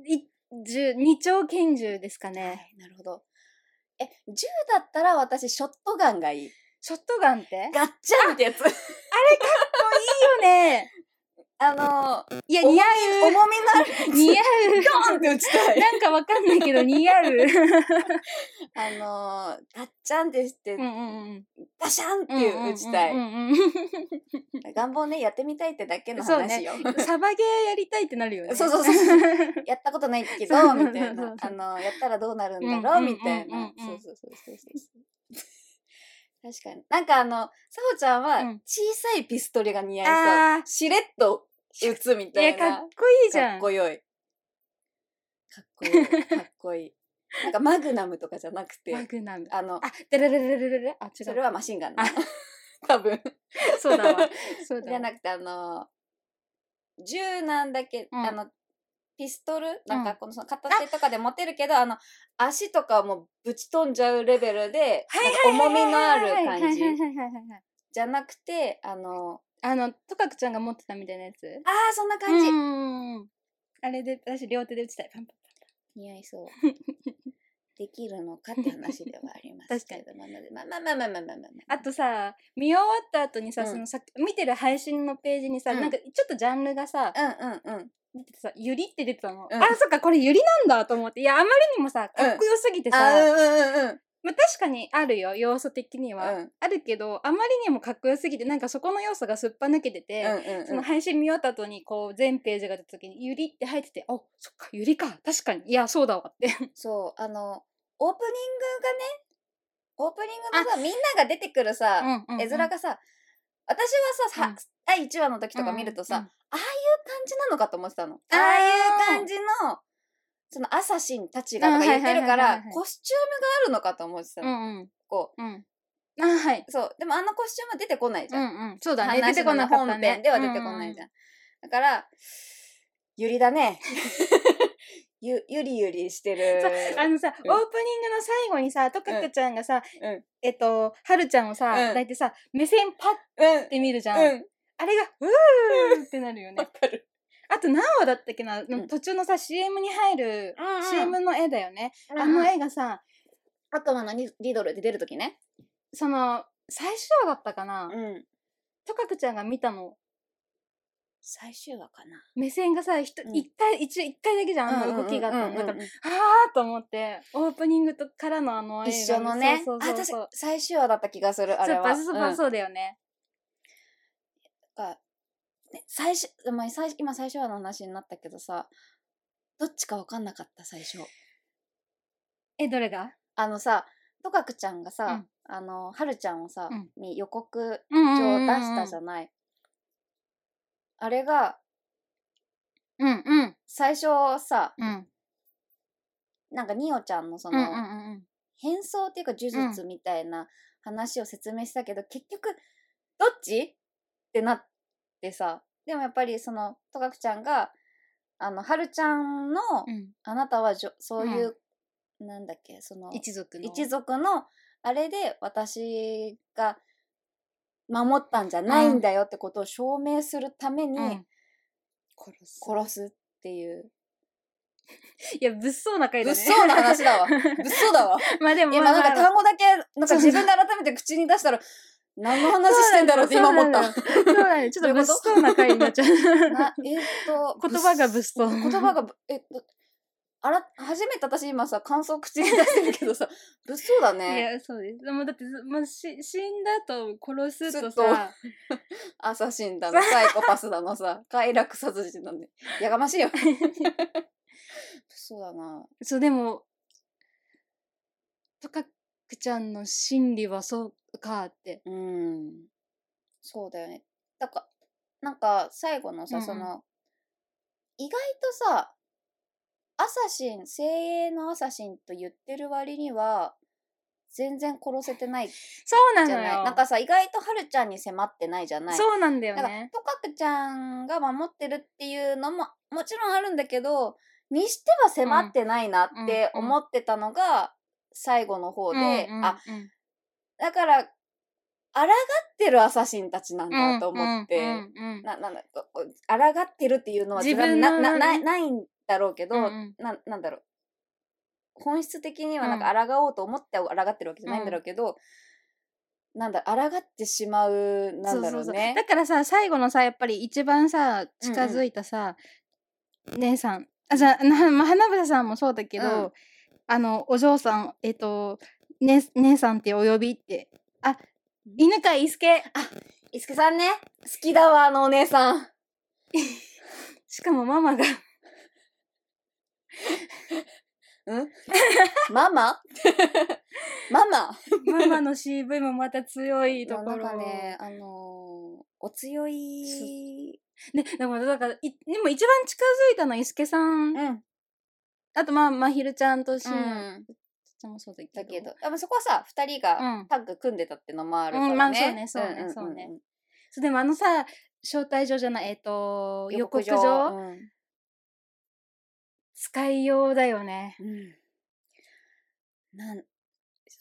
[SPEAKER 2] い銃、二丁拳銃ですか
[SPEAKER 3] は
[SPEAKER 2] ね。
[SPEAKER 3] い、なるほど。え、銃だったら私、ショットガンがいい。
[SPEAKER 2] ショットガンって
[SPEAKER 3] ガッチャンってやつ。
[SPEAKER 2] いいよね
[SPEAKER 3] あの、
[SPEAKER 2] いや、
[SPEAKER 3] 重み
[SPEAKER 2] 似合
[SPEAKER 3] 重みのあるや
[SPEAKER 2] う。似合
[SPEAKER 3] つ、ドンって打ちた
[SPEAKER 2] う。
[SPEAKER 3] い。
[SPEAKER 2] なんかわかんないけど、似合う。
[SPEAKER 3] あの、ガッチャンってして
[SPEAKER 2] うん、うんうん。
[SPEAKER 3] ガシャンっていう打ちた
[SPEAKER 2] うん
[SPEAKER 3] い。
[SPEAKER 2] うんうん
[SPEAKER 3] 願望ね、やってみたいってだけの
[SPEAKER 2] そうね
[SPEAKER 3] 話よ。
[SPEAKER 2] うん。サバゲーやりたいってなるよね。
[SPEAKER 3] そうそうそうそう やったことないけ
[SPEAKER 2] そ
[SPEAKER 3] ど、
[SPEAKER 2] う
[SPEAKER 3] みたい
[SPEAKER 2] そう
[SPEAKER 3] な
[SPEAKER 2] そ。う
[SPEAKER 3] あの、やったらどうなるんだろう、
[SPEAKER 2] うん
[SPEAKER 3] みたい
[SPEAKER 2] うん
[SPEAKER 3] な。
[SPEAKER 2] うんうん
[SPEAKER 3] そううんそうそうそうそう。確かに。なんかあの、さほちゃんは
[SPEAKER 2] うん
[SPEAKER 3] 小さいピストルが似合いそう。
[SPEAKER 2] あ
[SPEAKER 3] しれっと打つみ
[SPEAKER 2] あ、い
[SPEAKER 3] たい
[SPEAKER 2] や、
[SPEAKER 3] な。
[SPEAKER 2] かっこいいじ
[SPEAKER 3] か
[SPEAKER 2] ゃ
[SPEAKER 3] っ
[SPEAKER 2] ん。
[SPEAKER 3] こよい。かっこよい。 かっこいい。なんかマグナムとかじゃなく
[SPEAKER 2] マ
[SPEAKER 3] て、
[SPEAKER 2] グナム。
[SPEAKER 3] あの、
[SPEAKER 2] あ、だららららららら。あ、違
[SPEAKER 3] そうれ。はマシンガン
[SPEAKER 2] あ
[SPEAKER 3] だ。 多分。
[SPEAKER 2] そうだわ。そう
[SPEAKER 3] じゃ
[SPEAKER 2] だわ。
[SPEAKER 3] なくて、あの、銃なんだけ、
[SPEAKER 2] うん
[SPEAKER 3] あの、ピストルなん
[SPEAKER 2] う
[SPEAKER 3] か
[SPEAKER 2] ん
[SPEAKER 3] このその片手とかで持てるけど、あの、足とかもぶち飛んじゃうレベルで、なんか重みのある感じ
[SPEAKER 2] はいはいはいはいはいはい。
[SPEAKER 3] じゃなくて、あの、
[SPEAKER 2] あの、とかくちゃんが持ってたみたいなやつ。
[SPEAKER 3] ああ、そんな感じ
[SPEAKER 2] う。んうんうんあれで、私両手で打ちたい。パンパン
[SPEAKER 3] 似合いそう。 できるのかって話ではあります けど、まあまあまあまあまあまあまあまあ。
[SPEAKER 2] あとさ、見終わった後にさ、
[SPEAKER 3] うん
[SPEAKER 2] そのさ、見てる配信のページにさ、
[SPEAKER 3] うん
[SPEAKER 2] なんかちょっとジャンルがさ、
[SPEAKER 3] うんうんうん。
[SPEAKER 2] 出てさ、ゆりって出てたの。
[SPEAKER 3] うん
[SPEAKER 2] あ、そっか、これゆりなんだと思って。いや、あまりにもさ、かっこよすぎて
[SPEAKER 3] あ
[SPEAKER 2] さ、
[SPEAKER 3] うんうんうん
[SPEAKER 2] まあ確かにあるよ、要素的には。
[SPEAKER 3] うん
[SPEAKER 2] あるけど、あまりにもかっこよすぎて、なんかそこの要素がすっぱ抜けてて、
[SPEAKER 3] うん
[SPEAKER 2] そ
[SPEAKER 3] うんう
[SPEAKER 2] の
[SPEAKER 3] ん。
[SPEAKER 2] 配信見終わった後に、こう、全ページが出た時に、ゆりって入ってて、あ、そっか、ゆりか、確かに。いや、そうだわって。
[SPEAKER 3] そう、あの、オープニングがね、オープニングのさ、みんなが出てくるさ、
[SPEAKER 2] うんうんうん
[SPEAKER 3] 絵面がさ、私はさ、
[SPEAKER 2] う
[SPEAKER 3] さ
[SPEAKER 2] ん
[SPEAKER 3] 第1話の時とか見るとさ、
[SPEAKER 2] うんうんうん
[SPEAKER 3] 感じなのかと思ってたの。あ
[SPEAKER 2] あー
[SPEAKER 3] あいう感じの、そのアサシンたちがとか言ってるか
[SPEAKER 2] うんはいはいはいはい
[SPEAKER 3] ら
[SPEAKER 2] は、い
[SPEAKER 3] コスチュームがあるのかと思ってた
[SPEAKER 2] う
[SPEAKER 3] の。
[SPEAKER 2] んうん。
[SPEAKER 3] こ
[SPEAKER 2] うん。あ、はい。
[SPEAKER 3] う。そう。でもあのコスチューム出てこないじ
[SPEAKER 2] う
[SPEAKER 3] ゃん。
[SPEAKER 2] んうん。そうだね。
[SPEAKER 3] 話
[SPEAKER 2] 出てこなかったね。
[SPEAKER 3] 本編では出てこないじ
[SPEAKER 2] ゃん
[SPEAKER 3] ゃん。だから、ゆりだね。 ゆ、ゆりゆりしてる。
[SPEAKER 2] あのさ、
[SPEAKER 3] うん
[SPEAKER 2] オープニングの最後にさ、とかくちゃんがさ、
[SPEAKER 3] うん
[SPEAKER 2] えっと、はるちゃんを
[SPEAKER 3] う
[SPEAKER 2] さ、
[SPEAKER 3] ん
[SPEAKER 2] 抱いてさ、目線パッ
[SPEAKER 3] うん。
[SPEAKER 2] て見るじゃん。
[SPEAKER 3] うん。
[SPEAKER 2] あれが、うーってなるよ
[SPEAKER 3] わ
[SPEAKER 2] ね。
[SPEAKER 3] かる。
[SPEAKER 2] あと何話だったっけな、
[SPEAKER 3] ん
[SPEAKER 2] 途中のさ、CM に入る、
[SPEAKER 3] うんうん
[SPEAKER 2] CM の絵だよね。
[SPEAKER 3] あ
[SPEAKER 2] あの
[SPEAKER 3] の、
[SPEAKER 2] 絵がさ、
[SPEAKER 3] あとはのリリドルで出るときね。
[SPEAKER 2] その、最初話だったかな、
[SPEAKER 3] うん。
[SPEAKER 2] とかくちゃんが見たの。
[SPEAKER 3] 最終話かな。
[SPEAKER 2] 目線がさ、ひと
[SPEAKER 3] うん
[SPEAKER 2] 一回、一応一回だけじゃん、あ
[SPEAKER 3] うんうんうん
[SPEAKER 2] の動きがあったの。だから、
[SPEAKER 3] うんうんうん
[SPEAKER 2] あーと思って、オープニングとからのあの絵が
[SPEAKER 3] 一緒のね。
[SPEAKER 2] そうそうそうそう。
[SPEAKER 3] あ、確か最終話だった気がする、あ
[SPEAKER 2] そ
[SPEAKER 3] れ
[SPEAKER 2] う
[SPEAKER 3] は。
[SPEAKER 2] パスパ
[SPEAKER 3] うん
[SPEAKER 2] そうだよね。
[SPEAKER 3] か、ね、最初、まあ、最初今最初話の話になったけどさ、どっちかわかんなかった、最初。
[SPEAKER 2] え、どれが
[SPEAKER 3] あのさ、とかくちゃんがさ、
[SPEAKER 2] うん
[SPEAKER 3] あの、はるちゃんをさ、
[SPEAKER 2] うん
[SPEAKER 3] に予告
[SPEAKER 2] うんう
[SPEAKER 3] 状
[SPEAKER 2] んうんう
[SPEAKER 3] 出
[SPEAKER 2] ん
[SPEAKER 3] したじゃない。あれが、
[SPEAKER 2] うんうん
[SPEAKER 3] 最初さ、
[SPEAKER 2] うん
[SPEAKER 3] なんかにおちゃんのその、
[SPEAKER 2] うん
[SPEAKER 3] 変装っていうか呪術みたいな話を説明したけど、結局どっちってなってさでもやっぱりそのとかくちゃんがあのはるちゃんの、
[SPEAKER 2] うん
[SPEAKER 3] あなたはじょそういう、なんだっけその
[SPEAKER 2] 一族の
[SPEAKER 3] 一族のあれで私が守ったんじゃないんだよってことを証明するために
[SPEAKER 2] うん殺す
[SPEAKER 3] 殺すっていう、
[SPEAKER 2] いや物騒な回だ
[SPEAKER 3] 物
[SPEAKER 2] ね
[SPEAKER 3] 騒な話だわ物騒だわ
[SPEAKER 2] まあでも
[SPEAKER 3] 今
[SPEAKER 2] ま
[SPEAKER 3] な
[SPEAKER 2] あ
[SPEAKER 3] んか
[SPEAKER 2] まあ
[SPEAKER 3] 単語だけなんか
[SPEAKER 2] そうそう
[SPEAKER 3] 自分で改めて口に出したら何の話してんだろうって今思った。な
[SPEAKER 2] そうだねそうだねちょっと
[SPEAKER 3] どうい
[SPEAKER 2] 物
[SPEAKER 3] うこと
[SPEAKER 2] 騒な回になっち ゃう
[SPEAKER 3] えーっ と
[SPEAKER 2] 言葉が物騒
[SPEAKER 3] 言葉がぶえっとあら初めて私今さ感想口に出してるけどさ物騒だ
[SPEAKER 2] い
[SPEAKER 3] ね
[SPEAKER 2] やそうですでもだってまあし死んだと殺すと
[SPEAKER 3] すっと
[SPEAKER 2] さ
[SPEAKER 3] アサシンだ のサイコパスだのさ快楽殺人だねやがましいよ物騒だな
[SPEAKER 2] そうでもとかくちゃんの心理はそうかって
[SPEAKER 3] うんそうだよねだからなんか最後のさ、
[SPEAKER 2] うんうん
[SPEAKER 3] その意外とさアサシン精鋭のアサシンと言ってる割には全然殺せてないじ
[SPEAKER 2] そうな
[SPEAKER 3] ゃ
[SPEAKER 2] の
[SPEAKER 3] ない
[SPEAKER 2] よ
[SPEAKER 3] なんかさ意外とはるちゃんに迫ってないじゃない
[SPEAKER 2] そうなんだよ
[SPEAKER 3] だから
[SPEAKER 2] ね
[SPEAKER 3] とかくちゃんが守ってるっていうのももちろんあるんだけどにしては迫ってないなって
[SPEAKER 2] うんうん
[SPEAKER 3] 思ってたのが最後の方で、
[SPEAKER 2] うんうん
[SPEAKER 3] あ
[SPEAKER 2] うん
[SPEAKER 3] だから、抗ってるアサシンたちなんだと思って、
[SPEAKER 2] うんうんうんうん
[SPEAKER 3] な、なんだ、ここ抗ってるっていうのは
[SPEAKER 2] 自
[SPEAKER 3] 違う
[SPEAKER 2] 分の
[SPEAKER 3] な、な、
[SPEAKER 2] ね
[SPEAKER 3] ない、ないんだろうけど、
[SPEAKER 2] うんうん
[SPEAKER 3] な、なんだろう。本質的には
[SPEAKER 2] うん
[SPEAKER 3] なんか抗おうと思って抗ってるわけじゃないんだろうけど、なんだ、抗ってしまう、なんだろうね
[SPEAKER 2] だ。からさ最後のさやっぱり一番さ近づいたさ、姉さんあじゃあな、まあ、花房さんもそうだけど、
[SPEAKER 3] うん
[SPEAKER 2] あのお嬢さんえっ、と、ね、姉さんってお呼びってあ犬飼いすけ
[SPEAKER 3] 伊助さんね、好きだわ、あのお姉さん。
[SPEAKER 2] しかも ママが
[SPEAKER 3] ママママ
[SPEAKER 2] ママの CV もまた強いとこ
[SPEAKER 3] な
[SPEAKER 2] ろ
[SPEAKER 3] んかね、あのーお強い。
[SPEAKER 2] ねでもだからいでも一番近づいたのはいすけさん、
[SPEAKER 3] うん。
[SPEAKER 2] あとまあまひるちゃんとしん、
[SPEAKER 3] うん
[SPEAKER 2] ちゃんもそうだけど
[SPEAKER 3] だけど、でもそこはさ、二人が
[SPEAKER 2] うん
[SPEAKER 3] タッグ組んでたってのもある
[SPEAKER 2] うん
[SPEAKER 3] から
[SPEAKER 2] まあそう
[SPEAKER 3] ね。
[SPEAKER 2] ねそうね
[SPEAKER 3] んんんん
[SPEAKER 2] そうね。そうでもあのさ招待状じゃないえっ、と予告状
[SPEAKER 3] うん
[SPEAKER 2] 使いようだよね
[SPEAKER 3] うんなん、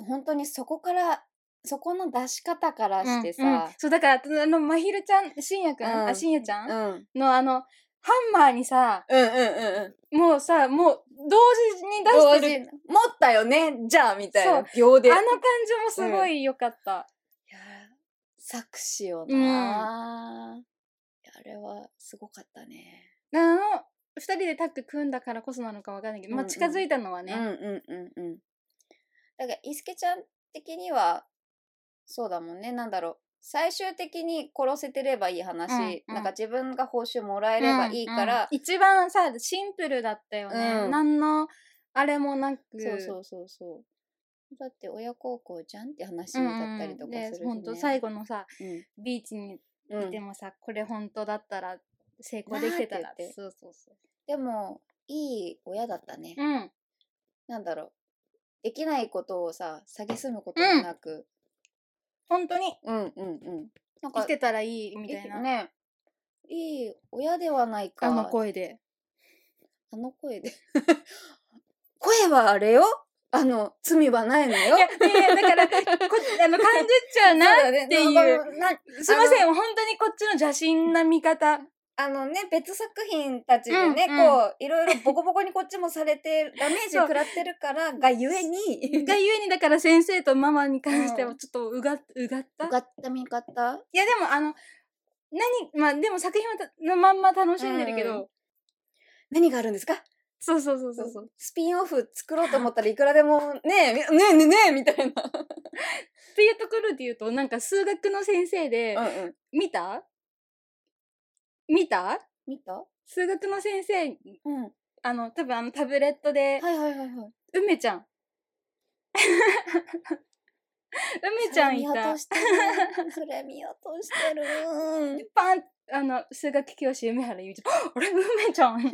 [SPEAKER 3] 本当にそこから、そこの出し方からして
[SPEAKER 2] うんうん
[SPEAKER 3] さ、
[SPEAKER 2] そうだからあのまひるちゃんしんやくん、
[SPEAKER 3] うん
[SPEAKER 2] あしんやちゃ、
[SPEAKER 3] うんん。うん
[SPEAKER 2] のあのハンマーにさ
[SPEAKER 3] うんうん
[SPEAKER 2] もうさもう同時に出
[SPEAKER 3] 同
[SPEAKER 2] し
[SPEAKER 3] 時
[SPEAKER 2] てる
[SPEAKER 3] 持ったよねじゃあみたい
[SPEAKER 2] そ
[SPEAKER 3] な
[SPEAKER 2] う
[SPEAKER 3] 秒で
[SPEAKER 2] あの感じもすごい良かった、
[SPEAKER 3] いやー作詞をなー、いやあれはすごかったね。
[SPEAKER 2] あの2人でタッグ組んだからこそなのかわかんないけど、ま
[SPEAKER 3] う
[SPEAKER 2] あ、
[SPEAKER 3] んうん
[SPEAKER 2] 近づいたのはね、
[SPEAKER 3] うんうんうんうん。だから伊助ちゃん的にはそうだもんねなんだろう最終的に殺せてればいい話、
[SPEAKER 2] うんうん
[SPEAKER 3] なんか自分が報酬もらえればいいから、
[SPEAKER 2] うんうん一番さシンプルだったよね、
[SPEAKER 3] うん
[SPEAKER 2] 何のあれもなく
[SPEAKER 3] そうそうそうそう。だって親孝行じゃんって話だったりとかするし、ね
[SPEAKER 2] 本当最後のさ
[SPEAKER 3] うん
[SPEAKER 2] ビーチに
[SPEAKER 3] うん
[SPEAKER 2] いてもさ、これ本当だったら成功できてたら
[SPEAKER 3] なんて言って
[SPEAKER 2] そうそうそ
[SPEAKER 3] でもいい親だったね。
[SPEAKER 2] ううん
[SPEAKER 3] なんだろうできないことをさ蔑むこともなく。
[SPEAKER 2] 本当に
[SPEAKER 3] うんうんうん。なん
[SPEAKER 2] 生きてたらいいみたいな、
[SPEAKER 3] ね。いい親ではないか。
[SPEAKER 2] あの。声で
[SPEAKER 3] あの声で。 声はあれよあの、罪はないのよ。
[SPEAKER 2] いやいやい やだからこあの感じちゃうな
[SPEAKER 3] そうだね
[SPEAKER 2] っていう
[SPEAKER 3] なんかな
[SPEAKER 2] すいません本当にこっちの邪神な見方
[SPEAKER 3] あのね、別作品たちでね、
[SPEAKER 2] うんうん
[SPEAKER 3] こう、いろいろボコボコにこっちもされて、ダメージ食らってるから、がゆえに、
[SPEAKER 2] がゆえにだから先生とママに関して
[SPEAKER 3] う
[SPEAKER 2] はちょっとうがうがった
[SPEAKER 3] よかった、見方
[SPEAKER 2] いやでもあの何まあでも作品はたのまんま楽しんでるけど、
[SPEAKER 3] うんう何があるんですか
[SPEAKER 2] そうそうそうそうそう
[SPEAKER 3] スピンオフ作ろうと思ったらいくらでも、ねえ、ねえねえねえみたいな。
[SPEAKER 2] っていうところで言うとなんか数学の先生で、
[SPEAKER 3] うんうん。
[SPEAKER 2] 見た見た
[SPEAKER 3] 見た
[SPEAKER 2] 数学の先生
[SPEAKER 3] うん。は
[SPEAKER 2] あの多分あのタブレットで
[SPEAKER 3] いはいはいはい。
[SPEAKER 2] 梅ちゃん 梅ちゃんいた
[SPEAKER 3] それ見落としてる。それ見落としてる。
[SPEAKER 2] パンあの数学教師梅原ゆうちゃん あれ梅ちゃん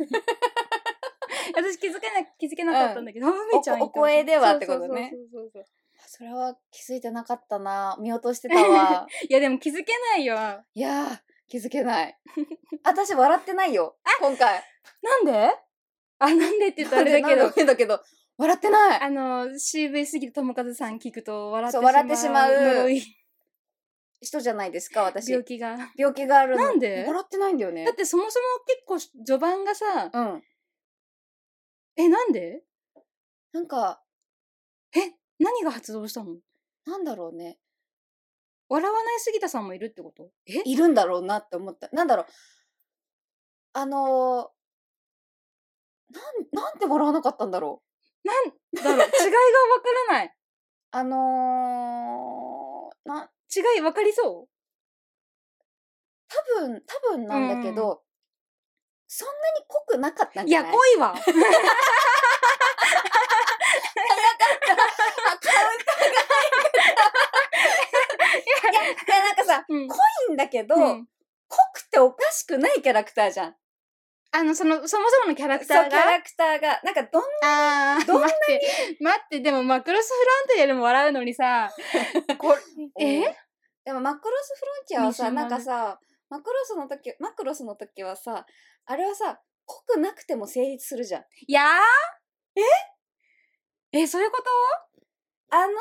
[SPEAKER 2] 私気づけな気づけなかったんだけど、梅ちゃんいた
[SPEAKER 3] お声ではってことね
[SPEAKER 2] そうそうそうそう
[SPEAKER 3] それは気づいてなかったな。見落としてた わ。
[SPEAKER 2] いやでも気づけないよない
[SPEAKER 3] やー、気づけない。私笑ってないよ。今回。
[SPEAKER 2] んであなんでって言ったらあ れだけ
[SPEAKER 3] なん
[SPEAKER 2] ど
[SPEAKER 3] でなんだけど、笑ってない。
[SPEAKER 2] あの CV すぎる友和さん聞くと笑って
[SPEAKER 3] そう笑って
[SPEAKER 2] し
[SPEAKER 3] し
[SPEAKER 2] ま
[SPEAKER 3] ま
[SPEAKER 2] う
[SPEAKER 3] う
[SPEAKER 2] 呪い
[SPEAKER 3] 人じゃないですか、私。
[SPEAKER 2] 病
[SPEAKER 3] 病
[SPEAKER 2] 気が
[SPEAKER 3] 気があるの。
[SPEAKER 2] なんで
[SPEAKER 3] 笑ってないんだよね
[SPEAKER 2] だっ。てそもそも結構序盤がさ、
[SPEAKER 3] うん。
[SPEAKER 2] え、なんで
[SPEAKER 3] なんか、
[SPEAKER 2] え、何が発動したの
[SPEAKER 3] なんだろうね。
[SPEAKER 2] 笑わない杉田さんもいるってことえ
[SPEAKER 3] いるんだろうなって思った。なんだろう。あのー、なん、なんて笑わなかったんだろう。
[SPEAKER 2] なん だろう違いがわからない。
[SPEAKER 3] あのー、な、
[SPEAKER 2] 違いわかりそ
[SPEAKER 3] 多分、多分なんだけど、そんなに濃くなかったん
[SPEAKER 2] うい
[SPEAKER 3] じゃ
[SPEAKER 2] や、
[SPEAKER 3] ない
[SPEAKER 2] 濃い わ
[SPEAKER 3] いや、なんかさ、
[SPEAKER 2] うん
[SPEAKER 3] 濃いんだけど、
[SPEAKER 2] うん
[SPEAKER 3] 濃くておかしくないキャラクターじゃん。
[SPEAKER 2] あの、その、そもそものキャラクタ
[SPEAKER 3] そう、
[SPEAKER 2] ー
[SPEAKER 3] キャ
[SPEAKER 2] が。
[SPEAKER 3] ラクターが。なんか、どん
[SPEAKER 2] あー、
[SPEAKER 3] どんな
[SPEAKER 2] 待って、待って、でもマクロスフロントよりも笑うの にさ、これ、え
[SPEAKER 3] でも、マクロスフロンティアはさ、
[SPEAKER 2] 三
[SPEAKER 3] な
[SPEAKER 2] 島ね
[SPEAKER 3] んかさ、マクロスの時、マクロスの時はさ、あれはさ、濃くなくても成立するじゃん。
[SPEAKER 2] いやーええ、そういうこ
[SPEAKER 3] あの、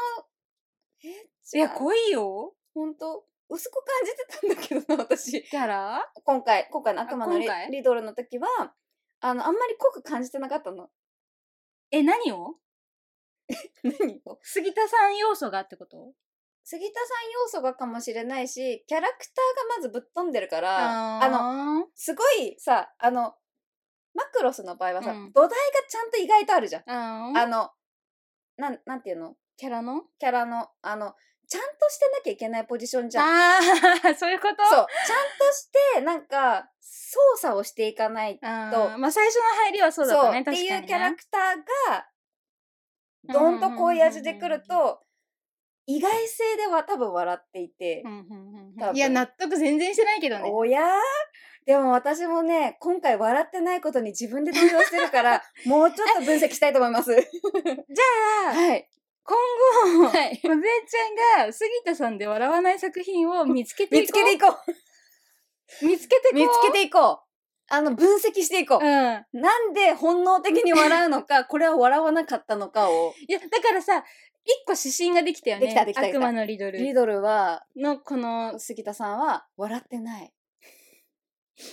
[SPEAKER 3] え
[SPEAKER 2] とい
[SPEAKER 3] 違
[SPEAKER 2] や、
[SPEAKER 3] う
[SPEAKER 2] 濃いよ
[SPEAKER 3] ほんと、薄く感じてたんだけどな、私。
[SPEAKER 2] キャラ
[SPEAKER 3] 今回今回の悪魔のリ
[SPEAKER 2] 今回
[SPEAKER 3] リドルの時はあのあんまり濃く感じてなかったの。
[SPEAKER 2] え、何を
[SPEAKER 3] 何を
[SPEAKER 2] 杉田さん要素がってこと
[SPEAKER 3] 杉田さん要素がかもしれないし、キャラクターがまずぶっ飛んでるから、あの、
[SPEAKER 2] の、
[SPEAKER 3] すごいさ、あの、マクロスの場合はさ、
[SPEAKER 2] うん
[SPEAKER 3] 土台がちゃんと意外とあるじゃん。
[SPEAKER 2] あ
[SPEAKER 3] あ
[SPEAKER 2] の、
[SPEAKER 3] の、なん、なんていうの
[SPEAKER 2] キャラの
[SPEAKER 3] キャラの、あの、ちゃんとしてなきゃいけないポジションじゃん。
[SPEAKER 2] ああ、 そういうこと
[SPEAKER 3] そう。ちゃんとして、なんか、操作をしていかない
[SPEAKER 2] あーまあ最初の入りはそうだったね、
[SPEAKER 3] って
[SPEAKER 2] 確かに、ね。
[SPEAKER 3] いうキャラクターが、どんとこういう味でくる
[SPEAKER 2] うん
[SPEAKER 3] と、意外性では多分笑っていて
[SPEAKER 2] う、んうんうんうん
[SPEAKER 3] 多分
[SPEAKER 2] いや、納得全然してないけど ね。
[SPEAKER 3] おやーでも私もね、今回笑ってないことに自分で動揺してるから、もうちょっと分析したいと思います。はい。
[SPEAKER 2] 今 後、
[SPEAKER 3] はい。
[SPEAKER 2] 小泉ちゃんが杉田さんで笑わない作品を見つけて
[SPEAKER 3] 見
[SPEAKER 2] い
[SPEAKER 3] つ
[SPEAKER 2] こ
[SPEAKER 3] け
[SPEAKER 2] う。
[SPEAKER 3] ていこう。
[SPEAKER 2] 見つけてこう。
[SPEAKER 3] 見つけていこう。あの、分析していこう。
[SPEAKER 2] うん。
[SPEAKER 3] なんで本能的に笑うのか、これは笑わなかったのかを。
[SPEAKER 2] いや、だからさ、一個指針ができたよね。
[SPEAKER 3] できたできたできた
[SPEAKER 2] 悪魔のリドル
[SPEAKER 3] リドルは、
[SPEAKER 2] のこの
[SPEAKER 3] 杉田さんは笑ってない。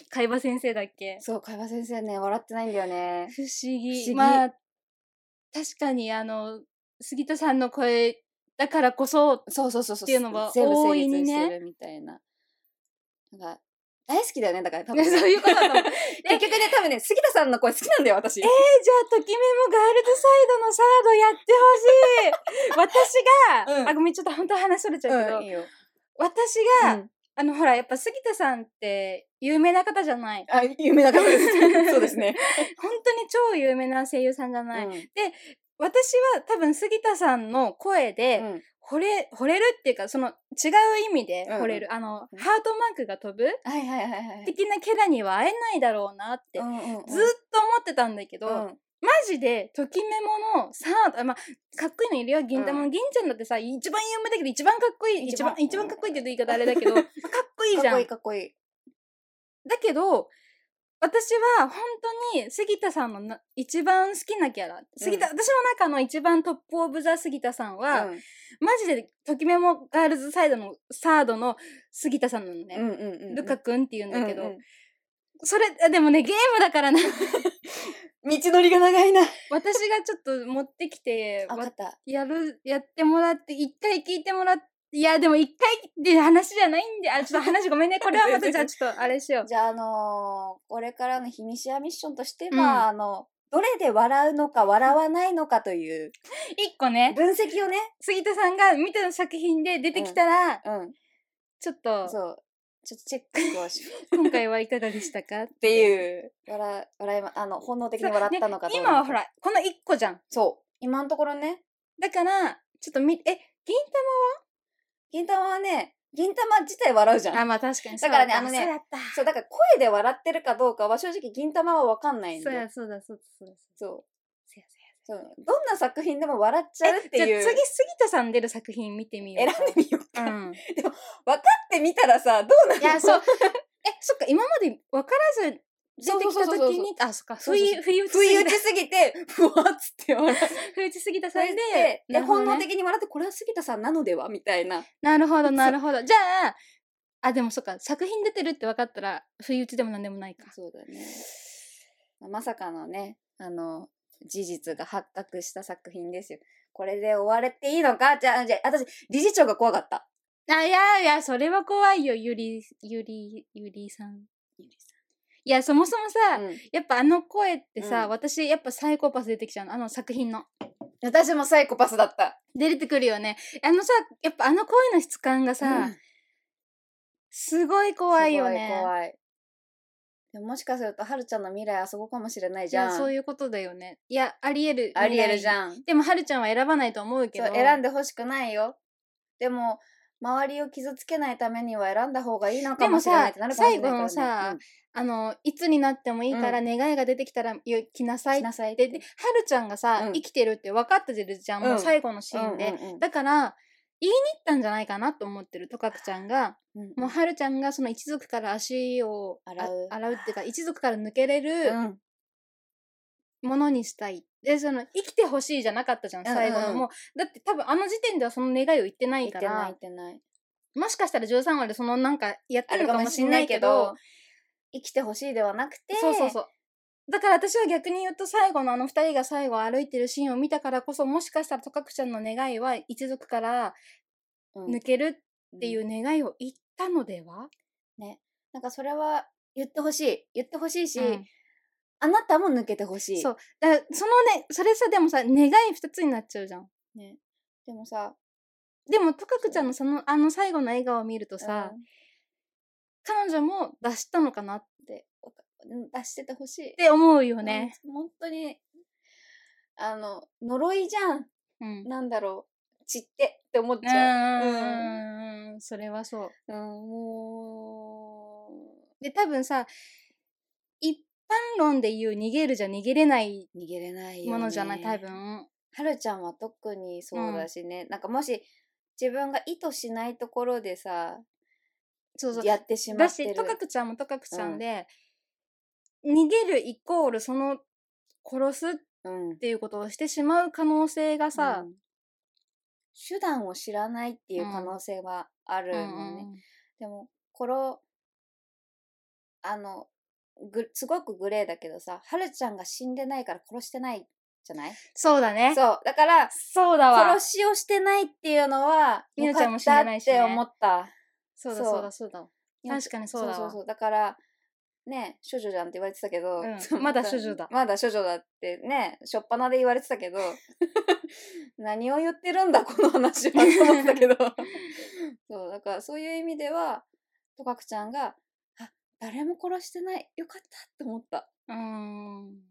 [SPEAKER 2] 海馬先生だっけ
[SPEAKER 3] そう、海馬先生ね、笑ってないんだよね。
[SPEAKER 2] 不思議
[SPEAKER 3] 不思議
[SPEAKER 2] まあ確かにあの杉田さんの声だからこそ
[SPEAKER 3] そうそうそうそう。
[SPEAKER 2] っていうのは
[SPEAKER 3] 全部成
[SPEAKER 2] 大いに
[SPEAKER 3] 立
[SPEAKER 2] ね
[SPEAKER 3] してるみたいな。なんか、大好きだよね、だから多
[SPEAKER 2] そう
[SPEAKER 3] 分。
[SPEAKER 2] いうことだ と思うえ
[SPEAKER 3] 結局ね、多分ね、杉田さんの声好きなんだよ、私。え
[SPEAKER 2] じゃあときめもガールズサイドのサードやってほしい 私が、
[SPEAKER 3] うん
[SPEAKER 2] あごめんちょっと本当話それちゃうけど、
[SPEAKER 3] いいよ。
[SPEAKER 2] 私が、
[SPEAKER 3] うん
[SPEAKER 2] あのほらやっぱ杉田さんって有名な方じゃない
[SPEAKER 3] あ、有名な方です。 そうですね。
[SPEAKER 2] 本当に超有名な声優さんじゃ ない、
[SPEAKER 3] うん
[SPEAKER 2] 私は多分杉田さんの声で、
[SPEAKER 3] うん
[SPEAKER 2] 惚れ、惚れるっていうか、その違う意味で惚れる。あの、ハートマークが飛ぶ
[SPEAKER 3] はいはいはいはい。
[SPEAKER 2] 的なキャラには会えないだろうなって、
[SPEAKER 3] うんうんうん
[SPEAKER 2] ずーっと思ってたんだけど、
[SPEAKER 3] うん
[SPEAKER 2] マジで、ときめものサード、あまあ、かっこいいのいるよ、銀玉、銀ちゃんだってさ、一番有名だけど、一番かっこいい、一
[SPEAKER 3] 一
[SPEAKER 2] 番
[SPEAKER 3] 番、
[SPEAKER 2] 一番かっこいいって言うと言い方あれだけど、まあかっこいい
[SPEAKER 3] かっ
[SPEAKER 2] じゃ
[SPEAKER 3] こ
[SPEAKER 2] ん。
[SPEAKER 3] いいかっこいい。
[SPEAKER 2] だけど、私は本当に杉田さんのな一番好きなキャラ、杉田、私の中の一番トップオブザ杉田さんは、
[SPEAKER 3] うん
[SPEAKER 2] マジで、ときめもガールズサイドのサードの杉田さんなのね。
[SPEAKER 3] うんうんうんうん
[SPEAKER 2] ルカくんって言うんだけど、
[SPEAKER 3] うんうん
[SPEAKER 2] それ、あでもね、ゲームだからな。
[SPEAKER 3] 道のりが長いな。
[SPEAKER 2] 私がちょっと持ってきて、
[SPEAKER 3] わか
[SPEAKER 2] わ
[SPEAKER 3] った。
[SPEAKER 2] やる、やってもらって、一回聞いてもらって、いや、でも一回って話じゃないんで、あ、ちょっと話ごめんね。 これはまたじゃあちょっとあれしよう。
[SPEAKER 3] じゃあ、あのーこれからの日にシアミッションとしては、
[SPEAKER 2] うん
[SPEAKER 3] あの、どれで笑うのか笑わないのかという
[SPEAKER 2] 一個ね、
[SPEAKER 3] 分析をね、
[SPEAKER 2] 杉田さんが見ての作品で出てきたら、
[SPEAKER 3] う
[SPEAKER 2] ちょっ
[SPEAKER 3] ん、
[SPEAKER 2] と、
[SPEAKER 3] そう、ちょっとチェックをしようっ
[SPEAKER 2] 今回はいかがでし たかって
[SPEAKER 3] いう、笑、笑いま、あの、本能的に笑ったのか
[SPEAKER 2] ね
[SPEAKER 3] どうな
[SPEAKER 2] 今
[SPEAKER 3] の
[SPEAKER 2] は
[SPEAKER 3] か
[SPEAKER 2] ほら、この一個じゃん。
[SPEAKER 3] そう、今のところね、
[SPEAKER 2] だから、ちょっとみ、え、銀
[SPEAKER 3] 銀玉はね、銀玉自体笑うじゃ
[SPEAKER 2] あ、
[SPEAKER 3] ん。
[SPEAKER 2] まあ確かに
[SPEAKER 3] だからねあのね
[SPEAKER 2] そうだった。
[SPEAKER 3] そう、だから声で笑ってるかどうかは正直銀玉はわかんないん
[SPEAKER 2] そう
[SPEAKER 3] で
[SPEAKER 2] や、。そうだ、そうだ、そうだ。
[SPEAKER 3] そう。
[SPEAKER 2] そうや
[SPEAKER 3] そうどんな作品でも笑っち
[SPEAKER 2] そう
[SPEAKER 3] ゃ
[SPEAKER 2] や
[SPEAKER 3] う
[SPEAKER 2] え
[SPEAKER 3] っていう。
[SPEAKER 2] じゃあ次、杉田さん出る作品見てみよ
[SPEAKER 3] 選
[SPEAKER 2] う。
[SPEAKER 3] んでみようか。
[SPEAKER 2] う
[SPEAKER 3] っ
[SPEAKER 2] ん。
[SPEAKER 3] てみたらさ、どうなの
[SPEAKER 2] いや、そう。え、そっか、今まで分からず出て
[SPEAKER 3] そうそ
[SPEAKER 2] きた
[SPEAKER 3] うそうそう
[SPEAKER 2] 時
[SPEAKER 3] そう
[SPEAKER 2] に、あ、そっか、
[SPEAKER 3] そうそ
[SPEAKER 2] 不
[SPEAKER 3] う
[SPEAKER 2] 意
[SPEAKER 3] そ
[SPEAKER 2] 不意打ち
[SPEAKER 3] 不意
[SPEAKER 2] 杉
[SPEAKER 3] 打
[SPEAKER 2] 田
[SPEAKER 3] ちすぎて、ふわっつって笑っ
[SPEAKER 2] 不意打ち杉田さん
[SPEAKER 3] て
[SPEAKER 2] で、
[SPEAKER 3] で、
[SPEAKER 2] なるほ
[SPEAKER 3] 本
[SPEAKER 2] ど
[SPEAKER 3] 能
[SPEAKER 2] ね。
[SPEAKER 3] 的に笑って、これは杉田さんなのではみたいな。
[SPEAKER 2] なるほど、なるほど。じゃあ、あ、でもそっか、作品出てるって分かったら、不意打ちでもなんでもないか。
[SPEAKER 3] そうだね。まさかのね、あの、事実が発覚した作品ですよ。これで終われていいのかじゃあ、じゃあ、私、理事長が怖かった。
[SPEAKER 2] あ、いやいや、それは怖いよ、ゆり、ゆり、ゆりさん。いや、そもそもさ、
[SPEAKER 3] うん
[SPEAKER 2] やっぱあの声ってさ、
[SPEAKER 3] うん
[SPEAKER 2] 私やっぱサイコパス出てきちゃうのあの作品の
[SPEAKER 3] 私もサイコパスだった。
[SPEAKER 2] 出てくるよねあのさやっぱあの声の質感がさ、
[SPEAKER 3] うん
[SPEAKER 2] すごい怖いよね
[SPEAKER 3] すごい怖い。でももしかすると、はるちゃんの未来あそこかもしれない
[SPEAKER 2] い
[SPEAKER 3] じゃん。
[SPEAKER 2] やそういうことだよねいやありえる
[SPEAKER 3] ありえるじ
[SPEAKER 2] ん
[SPEAKER 3] ゃん。
[SPEAKER 2] でもはるちゃんは選ばないと思うけ
[SPEAKER 3] そう
[SPEAKER 2] ど
[SPEAKER 3] 選ん
[SPEAKER 2] で
[SPEAKER 3] でほしくないよでも周りを傷つけないためには選んだ方がいいのか
[SPEAKER 2] でも
[SPEAKER 3] もしれない
[SPEAKER 2] さ
[SPEAKER 3] ってなるかもし
[SPEAKER 2] 最
[SPEAKER 3] れな
[SPEAKER 2] 後
[SPEAKER 3] いから、ね、
[SPEAKER 2] のさ、あのいつになってもいいから
[SPEAKER 3] う
[SPEAKER 2] 願いが出てきたらよ来な
[SPEAKER 3] うん
[SPEAKER 2] さ
[SPEAKER 3] し
[SPEAKER 2] いっ
[SPEAKER 3] なさいって
[SPEAKER 2] てではるちゃんがさ、
[SPEAKER 3] うん
[SPEAKER 2] 生きてるって分かってるじゃん、もううん最後のシーンで、
[SPEAKER 3] うんうんうん
[SPEAKER 2] だから言いに行ったんじゃないかなと思ってるとかくちゃんが
[SPEAKER 3] うん
[SPEAKER 2] もうはるちゃんがその一族から足をあ
[SPEAKER 3] 洗う
[SPEAKER 2] 洗うっていうか一族から抜けれ
[SPEAKER 3] う
[SPEAKER 2] る
[SPEAKER 3] ん
[SPEAKER 2] ものにしたい。でその生きてほしいじゃなかったじゃん
[SPEAKER 3] うんうん
[SPEAKER 2] 最後のもう、だって多分あの時点ではその願いを言ってな
[SPEAKER 3] 言
[SPEAKER 2] い
[SPEAKER 3] っ
[SPEAKER 2] か
[SPEAKER 3] てない言
[SPEAKER 2] ら
[SPEAKER 3] ってない
[SPEAKER 2] もしかしたら13話でそのなんかやっ
[SPEAKER 3] あ
[SPEAKER 2] てる
[SPEAKER 3] るか
[SPEAKER 2] のか
[SPEAKER 3] も
[SPEAKER 2] もし
[SPEAKER 3] しれ
[SPEAKER 2] れ
[SPEAKER 3] な
[SPEAKER 2] ないいけ
[SPEAKER 3] け
[SPEAKER 2] ど
[SPEAKER 3] ど生きてほしいではなくて
[SPEAKER 2] そうそうそうだから私は逆に言うと最後のあの2人が最後歩いてるシーンを見たからこそもしかしたらとかくちゃんの願いは一族から
[SPEAKER 3] うん
[SPEAKER 2] 抜けるっていう願いを言ったのでは、
[SPEAKER 3] なんかそれは言ってほしい言ってほしいし、
[SPEAKER 2] うん
[SPEAKER 3] あなたも抜けてほしい
[SPEAKER 2] そうだからそのねそれさでもさ願い二つになっちゃうじゃん
[SPEAKER 3] ね、でもさ
[SPEAKER 2] でもとかくちゃんのそのあの最後の笑顔を見るとさ、
[SPEAKER 3] うん
[SPEAKER 2] 彼女も出したのかなっ
[SPEAKER 3] でおかうん出しててほしい
[SPEAKER 2] て思うよね、
[SPEAKER 3] うん本当にあの呪いじゃん
[SPEAKER 2] うん、
[SPEAKER 3] なんだろう散ってって思っち
[SPEAKER 2] う
[SPEAKER 3] ゃう、
[SPEAKER 2] ーんそれはそう
[SPEAKER 3] うん、も
[SPEAKER 2] で多分さ一般論で言う逃げるじゃ逃げれないう
[SPEAKER 3] 逃げれないよ、ね、
[SPEAKER 2] ものじゃない多分
[SPEAKER 3] はるちゃんは特にそうだしね、なんかもし自分が意図しないところでさ
[SPEAKER 2] そうそう
[SPEAKER 3] やってしま
[SPEAKER 2] だ
[SPEAKER 3] って
[SPEAKER 2] し
[SPEAKER 3] る
[SPEAKER 2] とかくちゃんもとかくちゃんで、逃げるイコールその殺すっ
[SPEAKER 3] うん
[SPEAKER 2] ていうことをしてしまう可能性がさ、
[SPEAKER 3] うん手段を知らないっていう可能性はある
[SPEAKER 2] うん
[SPEAKER 3] よね、
[SPEAKER 2] ん
[SPEAKER 3] でもこれあのぐすごくグレーだけどさはるちゃんが死んでないから殺してないじゃない
[SPEAKER 2] そうだね
[SPEAKER 3] そうだから
[SPEAKER 2] そうだわ
[SPEAKER 3] 殺しをしてないっていうのは
[SPEAKER 2] み
[SPEAKER 3] よ
[SPEAKER 2] の
[SPEAKER 3] か
[SPEAKER 2] ちゃんも
[SPEAKER 3] っ
[SPEAKER 2] 死ん
[SPEAKER 3] た
[SPEAKER 2] で
[SPEAKER 3] っ
[SPEAKER 2] ないしてね
[SPEAKER 3] 思った
[SPEAKER 2] そうだそうだそうだ確かにそうだわ
[SPEAKER 3] そうそうそうだからね処女じゃんって言われてたけど、
[SPEAKER 2] うんまだ処女だ
[SPEAKER 3] まだ処女だってね初っ端で言われてたけど 何を言ってるんだこの話はと思った けどそうだからそういう意味ではとかくちゃんがあ誰も殺してないよかったって思った
[SPEAKER 2] うーん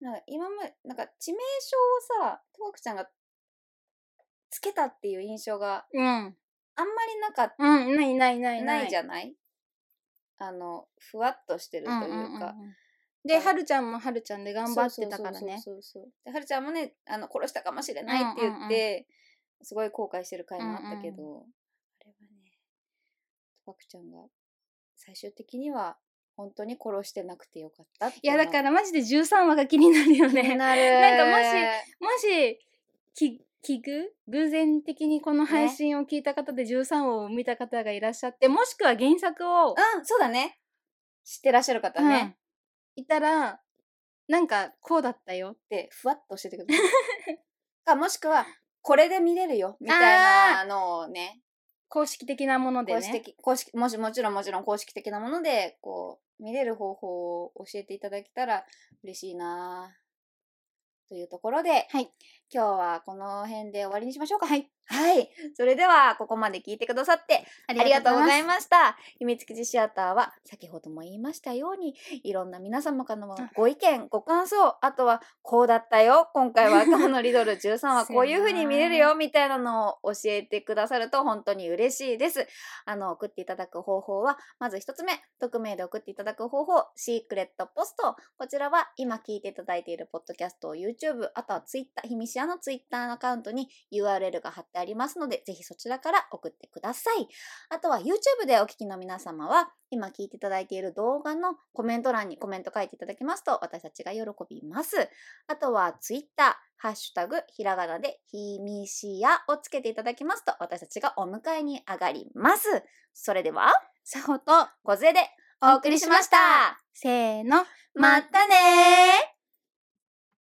[SPEAKER 3] なんか今までなんか致命傷をさとかくちゃんがつけたっていう印象が
[SPEAKER 2] うん
[SPEAKER 3] あんまりなかっ
[SPEAKER 2] うんないないない
[SPEAKER 3] ないじゃないあのふわっとしてるというか、
[SPEAKER 2] んんんんではるちゃんもはるちゃんで頑張ってたからね
[SPEAKER 3] そうそうそうそうではるちゃんもねあの殺したかもしれないって言って、
[SPEAKER 2] うんうんうん
[SPEAKER 3] すごい後悔してる回もあったけど、あれはねトパクちゃんが最終的には本当に殺してなくてよかったって
[SPEAKER 2] いやだかららマジで13話が気になるよね
[SPEAKER 3] ねなる
[SPEAKER 2] なんかもしもし、き、奇遇偶然的にこの配信を聞いた方で13話を見た方がいらっしゃって、もしくは原作を、
[SPEAKER 3] うんそうだね知ってらっしゃる方
[SPEAKER 2] うん
[SPEAKER 3] ね、
[SPEAKER 2] いたら、なんかこうだったよ。
[SPEAKER 3] でふわっとしててく ださいかもしくはこれで見れるよみたいなのをね
[SPEAKER 2] 公式的なもので
[SPEAKER 3] 公式
[SPEAKER 2] ね。
[SPEAKER 3] 的公式もしもちろんもちろん公式的なものでこう見れる方法を教えていただけたら嬉しいなあというところで、
[SPEAKER 2] はい
[SPEAKER 3] 今日はこの辺で終わりにしましょうか。
[SPEAKER 2] はい。
[SPEAKER 3] はい。それではここまで聞いてくださってあ
[SPEAKER 2] あ
[SPEAKER 3] りがとうござい
[SPEAKER 2] す。
[SPEAKER 3] ました。秘密基地シアターは先ほども言いましたようにいろんな皆様からのご意見ご感想あとはこうだったよ今回は赤のリドル13はこういう風に見れるよみたいなのを教えてくださると本当に嬉しいです。あの送っていただく方法はまず一つ目匿名で送っていただく方法シークレットポストこちらは今聞いていただいているポッドキャストを YouTube あとは Twitter ひみしやの Twitter のアカウントに URL が貼ってありますのでぜひそちらから送ってください。あとは YouTube でお聞きの皆様は、今聞いていただいている動画のコメント欄にコメント書いていただきますと、私たちが喜びます。あとは Twitter、ハッシュタグ、ひらがなで、ひみしやをつけていただきますと、私たちがお迎えに上がります。それでは、
[SPEAKER 2] さほと、
[SPEAKER 3] ごぜでお送りしました。
[SPEAKER 2] せーの。
[SPEAKER 3] またねー